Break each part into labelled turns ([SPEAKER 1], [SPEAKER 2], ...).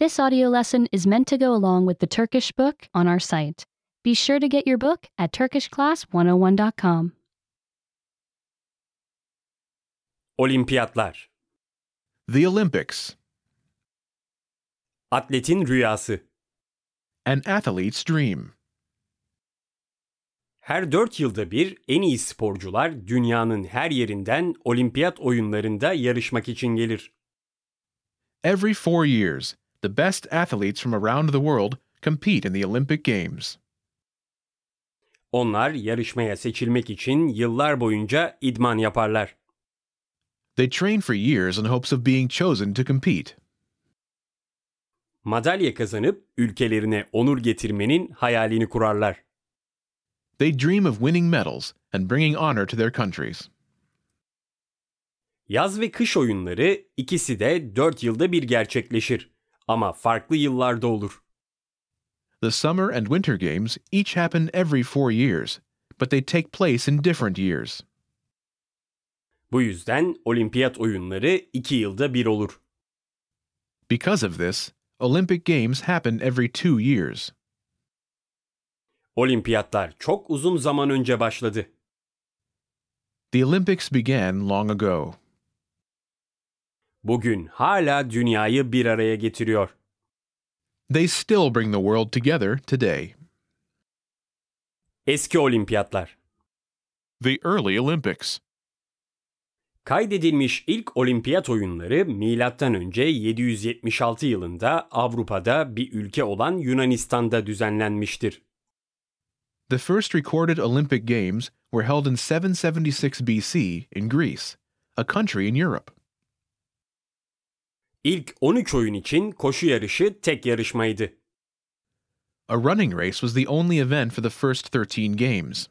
[SPEAKER 1] This audio lesson is meant to go along with the Turkish book on our site. Be sure to get your book at turkishclass101.com.
[SPEAKER 2] Olimpiyatlar
[SPEAKER 3] The Olympics.
[SPEAKER 2] Atletin rüyası
[SPEAKER 3] An athlete's dream.
[SPEAKER 2] Her 4 yılda bir en iyi sporcular dünyanın her yerinden olimpiyat oyunlarında yarışmak için gelir.
[SPEAKER 3] Every four years, the best athletes from around the world compete in the Olympic Games.
[SPEAKER 2] Onlar yarışmaya seçilmek için yıllar boyunca idman yaparlar.
[SPEAKER 3] They train for years in hopes of being chosen to compete.
[SPEAKER 2] Madalya kazanıp ülkelerine onur getirmenin hayalini kurarlar.
[SPEAKER 3] They dream of winning medals and bringing honor to their countries.
[SPEAKER 2] Yaz ve kış oyunları ikisi de 4 yılda bir gerçekleşir ama farklı yıllarda olur.
[SPEAKER 3] The Summer and Winter Games each happen every four years, but they take place in different years.
[SPEAKER 2] Bu yüzden olimpiyat oyunları 2 yılda bir olur.
[SPEAKER 3] Because of this, Olympic Games happen every two years.
[SPEAKER 2] Olimpiyatlar çok uzun zaman önce başladı.
[SPEAKER 3] The Olympics began long ago.
[SPEAKER 2] Bugün hala dünyayı bir araya getiriyor.
[SPEAKER 3] They still bring the world together today.
[SPEAKER 2] Eski olimpiyatlar.
[SPEAKER 3] The early Olympics.
[SPEAKER 2] Kaydedilmiş ilk olimpiyat oyunları milattan önce 776 yılında Avrupa'da bir ülke olan Yunanistan'da düzenlenmiştir.
[SPEAKER 3] The first recorded Olympic Games were held in 776 BC in Greece, a country in Europe.
[SPEAKER 2] İlk 13 oyun için koşu yarışı tek yarışmaydı.
[SPEAKER 3] A running race was the only event for the first 13 games.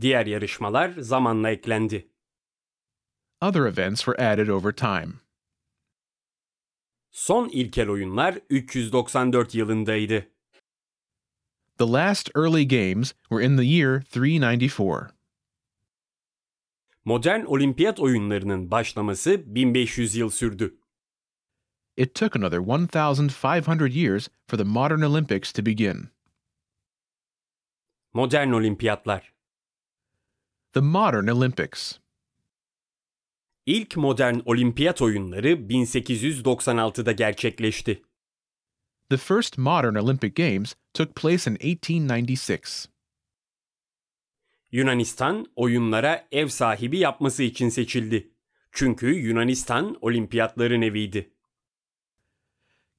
[SPEAKER 2] Diğer yarışmalar zamanla eklendi.
[SPEAKER 3] Other events were added over time.
[SPEAKER 2] Son ilkel oyunlar 394 yılındaydı.
[SPEAKER 3] The last early games were in the year 394.
[SPEAKER 2] Modern olimpiyat oyunlarının başlaması 1500 yıl sürdü.
[SPEAKER 3] It took another 1,500 years for the modern Olympics to begin.
[SPEAKER 2] Modern olimpiyatlar.
[SPEAKER 3] The modern Olympics.
[SPEAKER 2] İlk modern olimpiyat oyunları 1896'da gerçekleşti.
[SPEAKER 3] The first modern Olympic Games took place in 1896.
[SPEAKER 2] Yunanistan oyunlara ev sahibi yapması için seçildi. Çünkü Yunanistan olimpiyatların eviydi.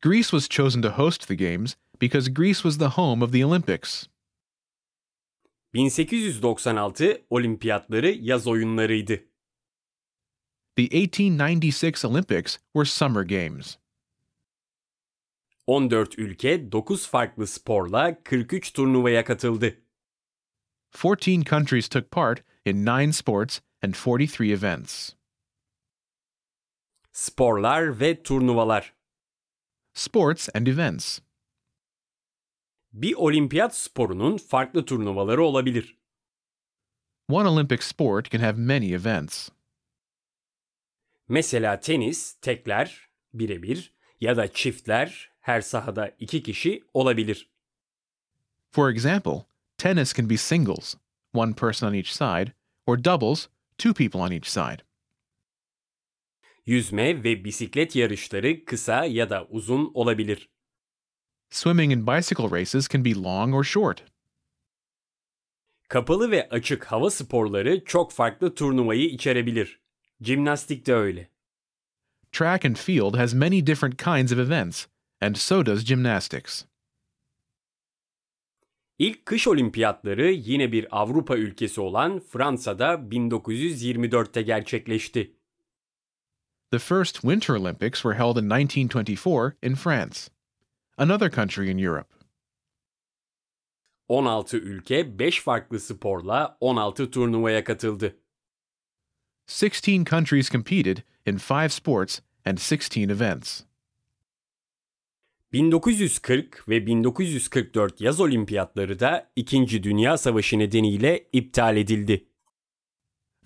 [SPEAKER 3] Greece was chosen to host the Games because Greece was the home of the Olympics.
[SPEAKER 2] 1896 olimpiyatları yaz oyunlarıydı.
[SPEAKER 3] The 1896 Olympics were summer games.
[SPEAKER 2] 14 ülke 9 farklı sporla 43 turnuvaya katıldı.
[SPEAKER 3] 14 countries took part in 9 sports and 43 events.
[SPEAKER 2] Sporlar ve turnuvalar.
[SPEAKER 3] Sports and events.
[SPEAKER 2] Bir olimpiyat sporunun farklı turnuvaları olabilir.
[SPEAKER 3] One Olympic sport can have many events.
[SPEAKER 2] Mesela tenis, tekler, birebir ya da çiftler her sahada iki kişi olabilir.
[SPEAKER 3] For example, tennis can be singles, one person on each side, or doubles, two people on each side.
[SPEAKER 2] Yüzme ve bisiklet yarışları kısa ya da uzun olabilir.
[SPEAKER 3] Swimming and bicycle races can be long or short.
[SPEAKER 2] Kapalı ve açık hava sporları çok farklı turnuvayı içerebilir. Jimnastik de öyle.
[SPEAKER 3] Track and field has many different kinds of events, and so does gymnastics.
[SPEAKER 2] İlk kış olimpiyatları yine bir Avrupa ülkesi olan Fransa'da 1924'te gerçekleşti.
[SPEAKER 3] The first Winter Olympics were held in 1924 in France, another country in Europe.
[SPEAKER 2] 16 ülke 5 farklı sporla 16 turnuvaya katıldı.
[SPEAKER 3] 16 countries competed in 5 sports and 16 events.
[SPEAKER 2] 1940 ve 1944 yaz olimpiyatları da 2. Dünya Savaşı nedeniyle iptal edildi.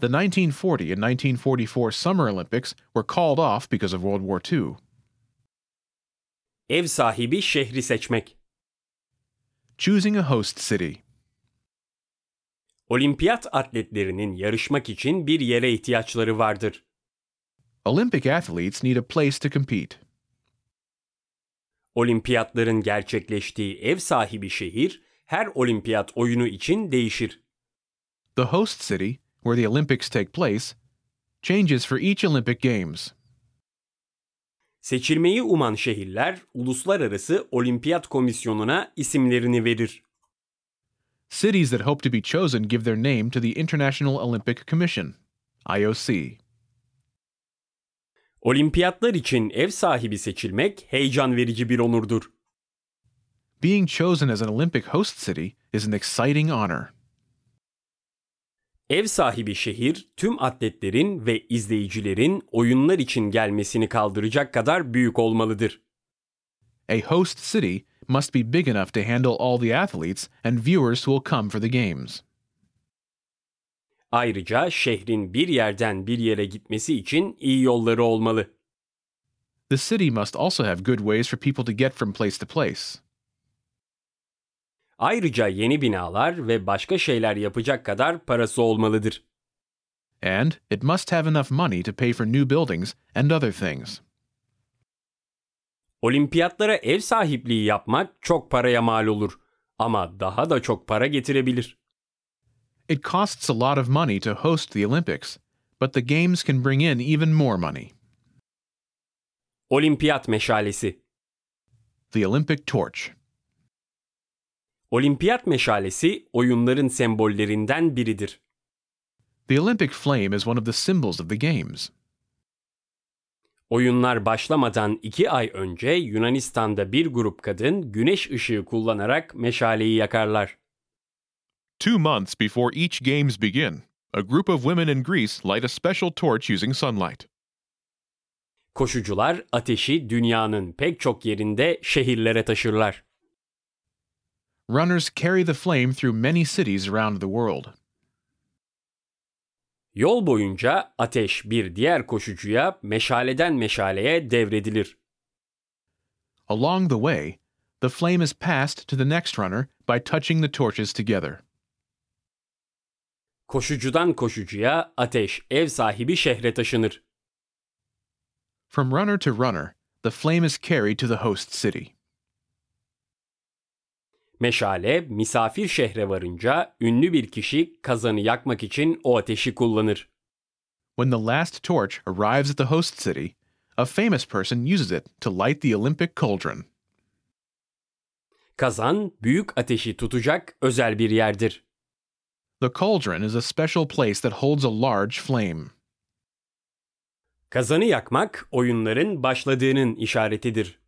[SPEAKER 3] The 1940 and 1944 Summer Olympics were called off because of World War II.
[SPEAKER 2] Ev sahibi şehri seçmek.
[SPEAKER 3] Choosing a host city.
[SPEAKER 2] Olimpiyat atletlerinin yarışmak için bir yere ihtiyaçları vardır.
[SPEAKER 3] Olympic athletes need a place to compete.
[SPEAKER 2] Olimpiyatların gerçekleştiği ev sahibi şehir her olimpiyat oyunu için değişir.
[SPEAKER 3] The host city, where the Olympics take place, changes for each Olympic Games.
[SPEAKER 2] Seçilmeyi uman şehirler Uluslararası Olimpiyat Komisyonu'na isimlerini verir.
[SPEAKER 3] Cities that hope to be chosen give their name to the International Olympic Commission, IOC.
[SPEAKER 2] Olimpiyatlar için ev sahibi seçilmek heyecan verici bir onurdur.
[SPEAKER 3] Being chosen as an Olympic host city is an exciting honor.
[SPEAKER 2] Ev sahibi şehir tüm atletlerin ve izleyicilerin oyunlar için gelmesini kaldıracak kadar büyük olmalıdır.
[SPEAKER 3] A host city must be big enough to handle all the athletes and viewers who will come for the games.
[SPEAKER 2] Ayrıca şehrin bir yerden bir yere gitmesi için iyi yolları olmalı.
[SPEAKER 3] The city must also have good ways for people to get from place to place.
[SPEAKER 2] Ayrıca yeni binalar ve başka şeyler yapacak kadar parası olmalıdır.
[SPEAKER 3] And it must have enough money to pay for new buildings and other things.
[SPEAKER 2] Olimpiyatlara ev sahipliği yapmak çok paraya mal olur ama daha da çok para getirebilir.
[SPEAKER 3] It costs a lot of money to host the Olympics, but the games can bring in even more money.
[SPEAKER 2] Olimpiyat meşalesi
[SPEAKER 3] The Olympic torch.
[SPEAKER 2] Olimpiyat meşalesi oyunların sembollerinden biridir.
[SPEAKER 3] The Olympic flame is one of the symbols of the games.
[SPEAKER 2] Oyunlar başlamadan iki ay önce Yunanistan'da bir grup kadın güneş ışığı kullanarak meşaleyi yakarlar.
[SPEAKER 3] Two months before each games begin, a group of women in Greece light a special torch using sunlight.
[SPEAKER 2] Koşucular ateşi dünyanın pek çok yerinde şehirlere taşırlar.
[SPEAKER 3] Runners carry the flame through many cities around the world.
[SPEAKER 2] Yol boyunca ateş bir diğer koşucuya meşaleden meşaleye devredilir.
[SPEAKER 3] Along the way, the flame is passed to the next runner by touching the torches together.
[SPEAKER 2] Koşucudan koşucuya ateş ev sahibi şehre taşınır.
[SPEAKER 3] From runner to runner, the flame is carried to the host city.
[SPEAKER 2] Meşale misafir şehre varınca ünlü bir kişi kazanı yakmak için o ateşi kullanır.
[SPEAKER 3] When the last torch arrives at the host city, a famous person uses it to light the Olympic cauldron.
[SPEAKER 2] Kazan büyük ateşi tutacak özel bir yerdir.
[SPEAKER 3] The cauldron is a special place that holds a large flame.
[SPEAKER 2] Kazanı yakmak oyunların başladığının işaretidir.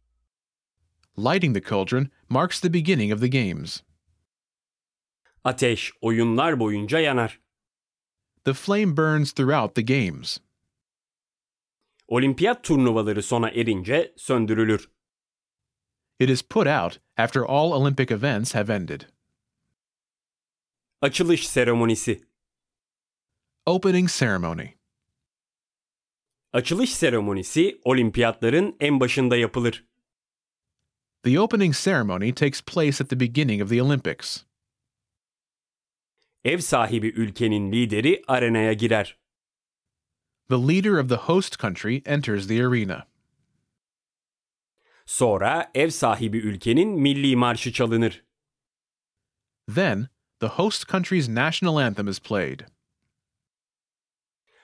[SPEAKER 3] Lighting the cauldron marks the beginning of the games.
[SPEAKER 2] Ateş oyunlar boyunca yanar.
[SPEAKER 3] The flame burns throughout the games.
[SPEAKER 2] Olimpiyat turnuvaları sona erince söndürülür.
[SPEAKER 3] It is put out after all Olympic events have ended.
[SPEAKER 2] Açılış seremonisi
[SPEAKER 3] Opening ceremony.
[SPEAKER 2] Açılış seremonisi olimpiyatların en başında yapılır.
[SPEAKER 3] The opening ceremony takes place at the beginning of the Olympics.
[SPEAKER 2] Ev sahibi ülkenin lideri arenaya girer.
[SPEAKER 3] The leader of the host country enters the arena.
[SPEAKER 2] Sonra ev sahibi ülkenin milli marşı çalınır.
[SPEAKER 3] Then, the host country's national anthem is played.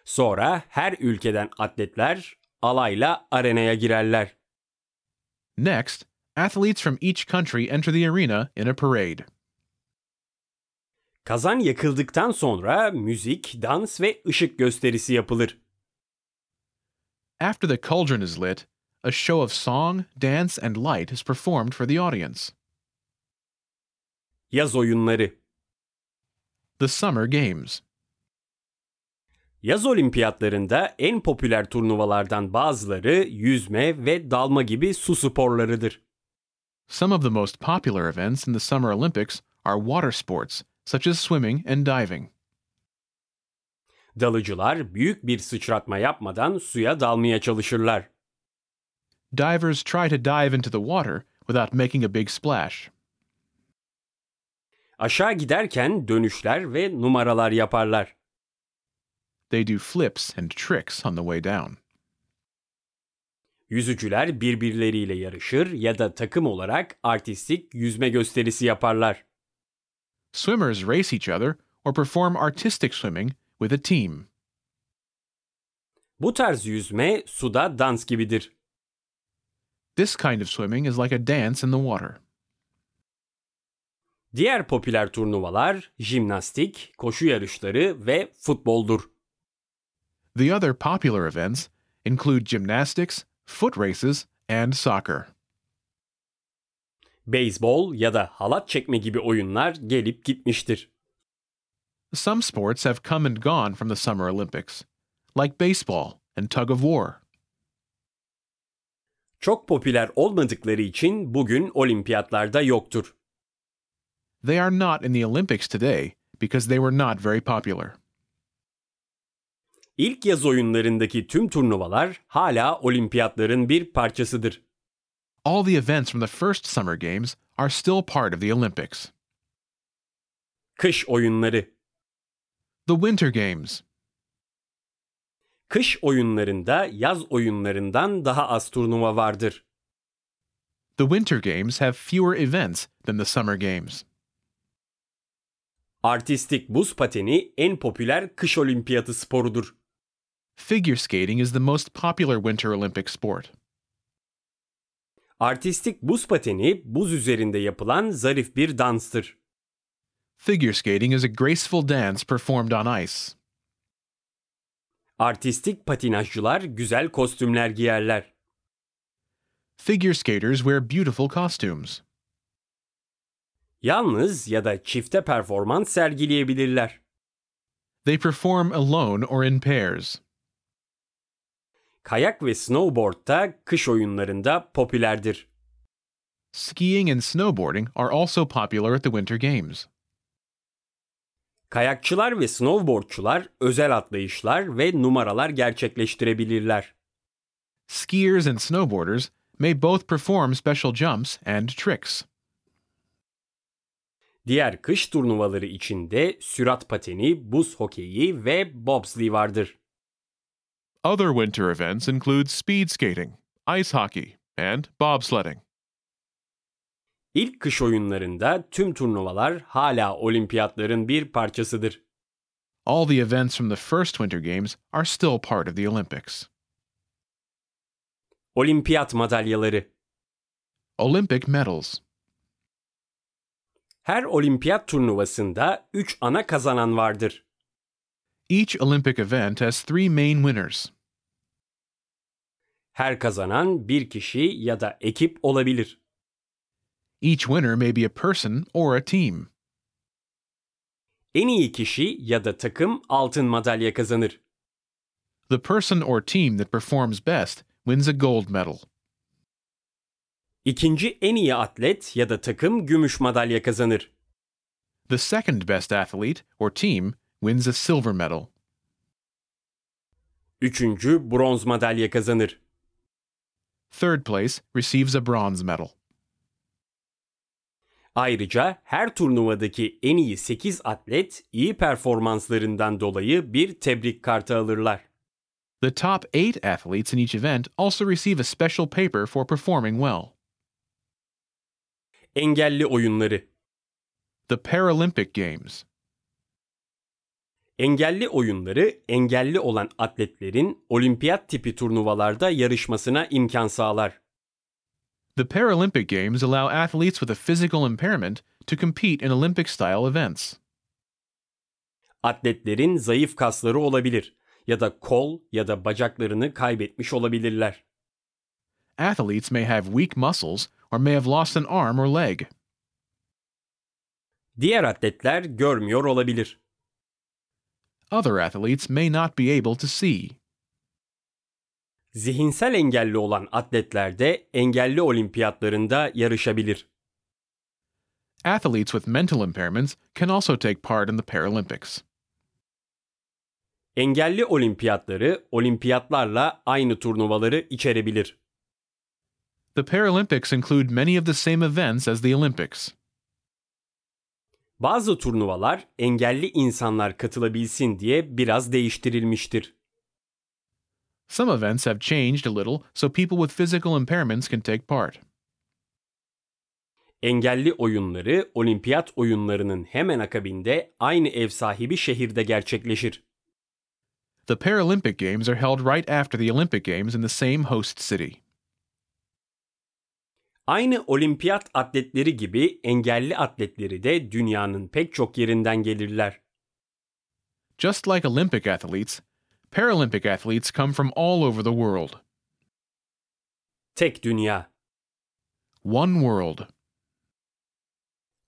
[SPEAKER 2] Sonra her ülkeden atletler alayla arenaya girerler.
[SPEAKER 3] Next, athletes from each country enter the arena in a parade.
[SPEAKER 2] Kazan yakıldıktan sonra müzik, dans ve ışık gösterisi yapılır.
[SPEAKER 3] After the cauldron is lit, a show of song, dance, and light is performed for the audience.
[SPEAKER 2] Yaz oyunları
[SPEAKER 3] The Summer Games.
[SPEAKER 2] Yaz olimpiyatlarında en popüler turnuvalardan bazıları yüzme ve dalma gibi su sporlarıdır.
[SPEAKER 3] Some of the most popular events in the Summer Olympics are water sports, such as swimming and diving.
[SPEAKER 2] Dalıcılar büyük bir sıçratma yapmadan suya dalmaya çalışırlar.
[SPEAKER 3] divers try to dive into the water without making a big splash.
[SPEAKER 2] Aşağı giderken dönüşler ve numaralar yaparlar.
[SPEAKER 3] They do flips and tricks on the way down.
[SPEAKER 2] Yüzücüler birbirleriyle yarışır ya da takım olarak artistik yüzme gösterisi yaparlar.
[SPEAKER 3] Swimmers race each other or perform artistic swimming with a team.
[SPEAKER 2] Bu tarz yüzme suda dans gibidir.
[SPEAKER 3] This kind of swimming is like a dance in the water.
[SPEAKER 2] Diğer popüler turnuvalar jimnastik, koşu yarışları ve futboldur.
[SPEAKER 3] The other popular events include gymnastics, foot races, and soccer.
[SPEAKER 2] Beyzbol ya da halat çekme gibi oyunlar gelip gitmiştir.
[SPEAKER 3] Some sports have come and gone from the Summer Olympics, like baseball and tug of war.
[SPEAKER 2] Çok popüler olmadıkları için bugün olimpiyatlarda yoktur.
[SPEAKER 3] They are not in the Olympics today because they were not very popular.
[SPEAKER 2] İlk yaz oyunlarındaki tüm turnuvalar hala olimpiyatların bir parçasıdır.
[SPEAKER 3] All the events from the first Summer Games are still part of the Olympics.
[SPEAKER 2] Kış oyunları
[SPEAKER 3] The Winter Games.
[SPEAKER 2] Kış oyunlarında yaz oyunlarından daha az turnuva vardır.
[SPEAKER 3] The Winter Games have fewer events than the Summer Games.
[SPEAKER 2] Artistik buz pateni en popüler kış olimpiyatı sporudur.
[SPEAKER 3] Figure skating is the most popular Winter Olympic sport.
[SPEAKER 2] Artistik buz pateni buz üzerinde yapılan zarif bir danstır.
[SPEAKER 3] Figure skating is a graceful dance performed on ice.
[SPEAKER 2] Artistik patinajcılar güzel kostümler giyerler.
[SPEAKER 3] Figure skaters wear beautiful costumes.
[SPEAKER 2] Yalnız ya da çifte performans sergileyebilirler.
[SPEAKER 3] They perform alone or in pairs.
[SPEAKER 2] Kayak ve snowboard da kış oyunlarında popülerdir.
[SPEAKER 3] Skiing and snowboarding are also popular at the Winter Games.
[SPEAKER 2] Kayakçılar ve snowboardçular özel atlayışlar ve numaralar gerçekleştirebilirler.
[SPEAKER 3] Skiers and snowboarders may both perform special jumps and tricks.
[SPEAKER 2] Diğer kış turnuvaları içinde sürat pateni, buz hokeyi ve bobsleigh vardır.
[SPEAKER 3] Other winter events include speed skating, ice hockey, and bobsledding.
[SPEAKER 2] İlk kış oyunlarında tüm turnuvalar hala olimpiyatların bir parçasıdır.
[SPEAKER 3] All the events from the first Winter Games are still part of the Olympics.
[SPEAKER 2] Olimpiyat madalyaları
[SPEAKER 3] Olympic medals.
[SPEAKER 2] Her olimpiyat turnuvasında 3 ana kazanan vardır.
[SPEAKER 3] Each Olympic event has three main winners.
[SPEAKER 2] Her kazanan bir kişi ya da ekip olabilir.
[SPEAKER 3] Each winner may be a person or a team.
[SPEAKER 2] En iyi kişi ya da takım altın madalya kazanır.
[SPEAKER 3] The person or team that performs best wins a gold medal.
[SPEAKER 2] İkinci en iyi atlet ya da takım gümüş madalya kazanır.
[SPEAKER 3] The second best athlete or team wins a silver medal.
[SPEAKER 2] Üçüncü bronz madalya kazanır.
[SPEAKER 3] Third place receives a bronze medal.
[SPEAKER 2] Ayrıca her turnuvadaki en iyi 8 atlet iyi performanslarından dolayı bir tebrik kartı alırlar.
[SPEAKER 3] The top eight athletes in each event also receive a special paper for performing well.
[SPEAKER 2] Engelli oyunları
[SPEAKER 3] The Paralympic Games.
[SPEAKER 2] Engelli oyunları engelli olan atletlerin olimpiyat tipi turnuvalarda yarışmasına imkan sağlar.
[SPEAKER 3] The Paralympic Games allow athletes with a physical impairment to compete in Olympic style events.
[SPEAKER 2] Atletlerin zayıf kasları olabilir ya da kol ya da bacaklarını kaybetmiş olabilirler.
[SPEAKER 3] Athletes may have weak muscles or may have lost an arm or leg.
[SPEAKER 2] Diğer atletler görmüyor olabilir.
[SPEAKER 3] Other athletes may not be able to see.
[SPEAKER 2] Zihinsel engelli olan atletler de engelli olimpiyatlarında yarışabilir.
[SPEAKER 3] Athletes with mental impairments can also take part in the Paralympics.
[SPEAKER 2] Engelli olimpiyatları olimpiyatlarla aynı turnuvaları içerebilir.
[SPEAKER 3] The Paralympics include many of the same events as the Olympics.
[SPEAKER 2] Bazı turnuvalar engelli insanlar katılabilsin diye biraz değiştirilmiştir.
[SPEAKER 3] Some events have changed a little so people with physical impairments can take part.
[SPEAKER 2] Engelli oyunları olimpiyat oyunlarının hemen akabinde aynı ev sahibi şehirde gerçekleşir.
[SPEAKER 3] The Paralympic Games are held right after the Olympic Games in the same host city.
[SPEAKER 2] Aynı olimpiyat atletleri gibi engelli atletleri de dünyanın pek çok yerinden gelirler.
[SPEAKER 3] Just like Olympic athletes, Paralympic athletes come from all over the world.
[SPEAKER 2] Tek dünya.
[SPEAKER 3] One world.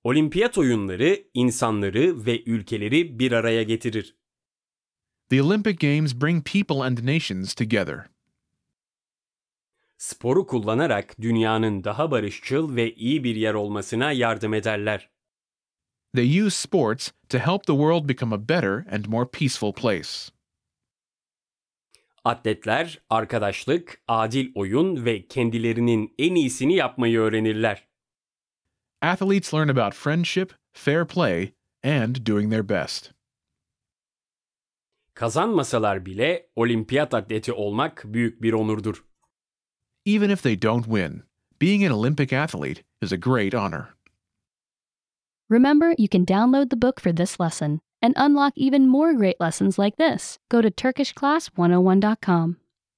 [SPEAKER 2] Olimpiyat oyunları insanları ve ülkeleri bir araya getirir.
[SPEAKER 3] The Olympic Games bring people and nations together.
[SPEAKER 2] Sporu kullanarak dünyanın daha barışçıl ve iyi bir yer olmasına yardım ederler.
[SPEAKER 3] They use sports to help the world become a better and more peaceful place.
[SPEAKER 2] Atletler arkadaşlık, adil oyun ve kendilerinin en iyisini yapmayı öğrenirler.
[SPEAKER 3] Athletes learn about friendship, fair play, and doing their best.
[SPEAKER 2] Kazanmasalar bile olimpiyat atleti olmak büyük bir onurdur.
[SPEAKER 3] Even if they don't win, being an Olympic athlete is a great honor.
[SPEAKER 1] Remember, you can download the book for this oh lesson and unlock even more great lessons like this. Go to TurkishClass101.com.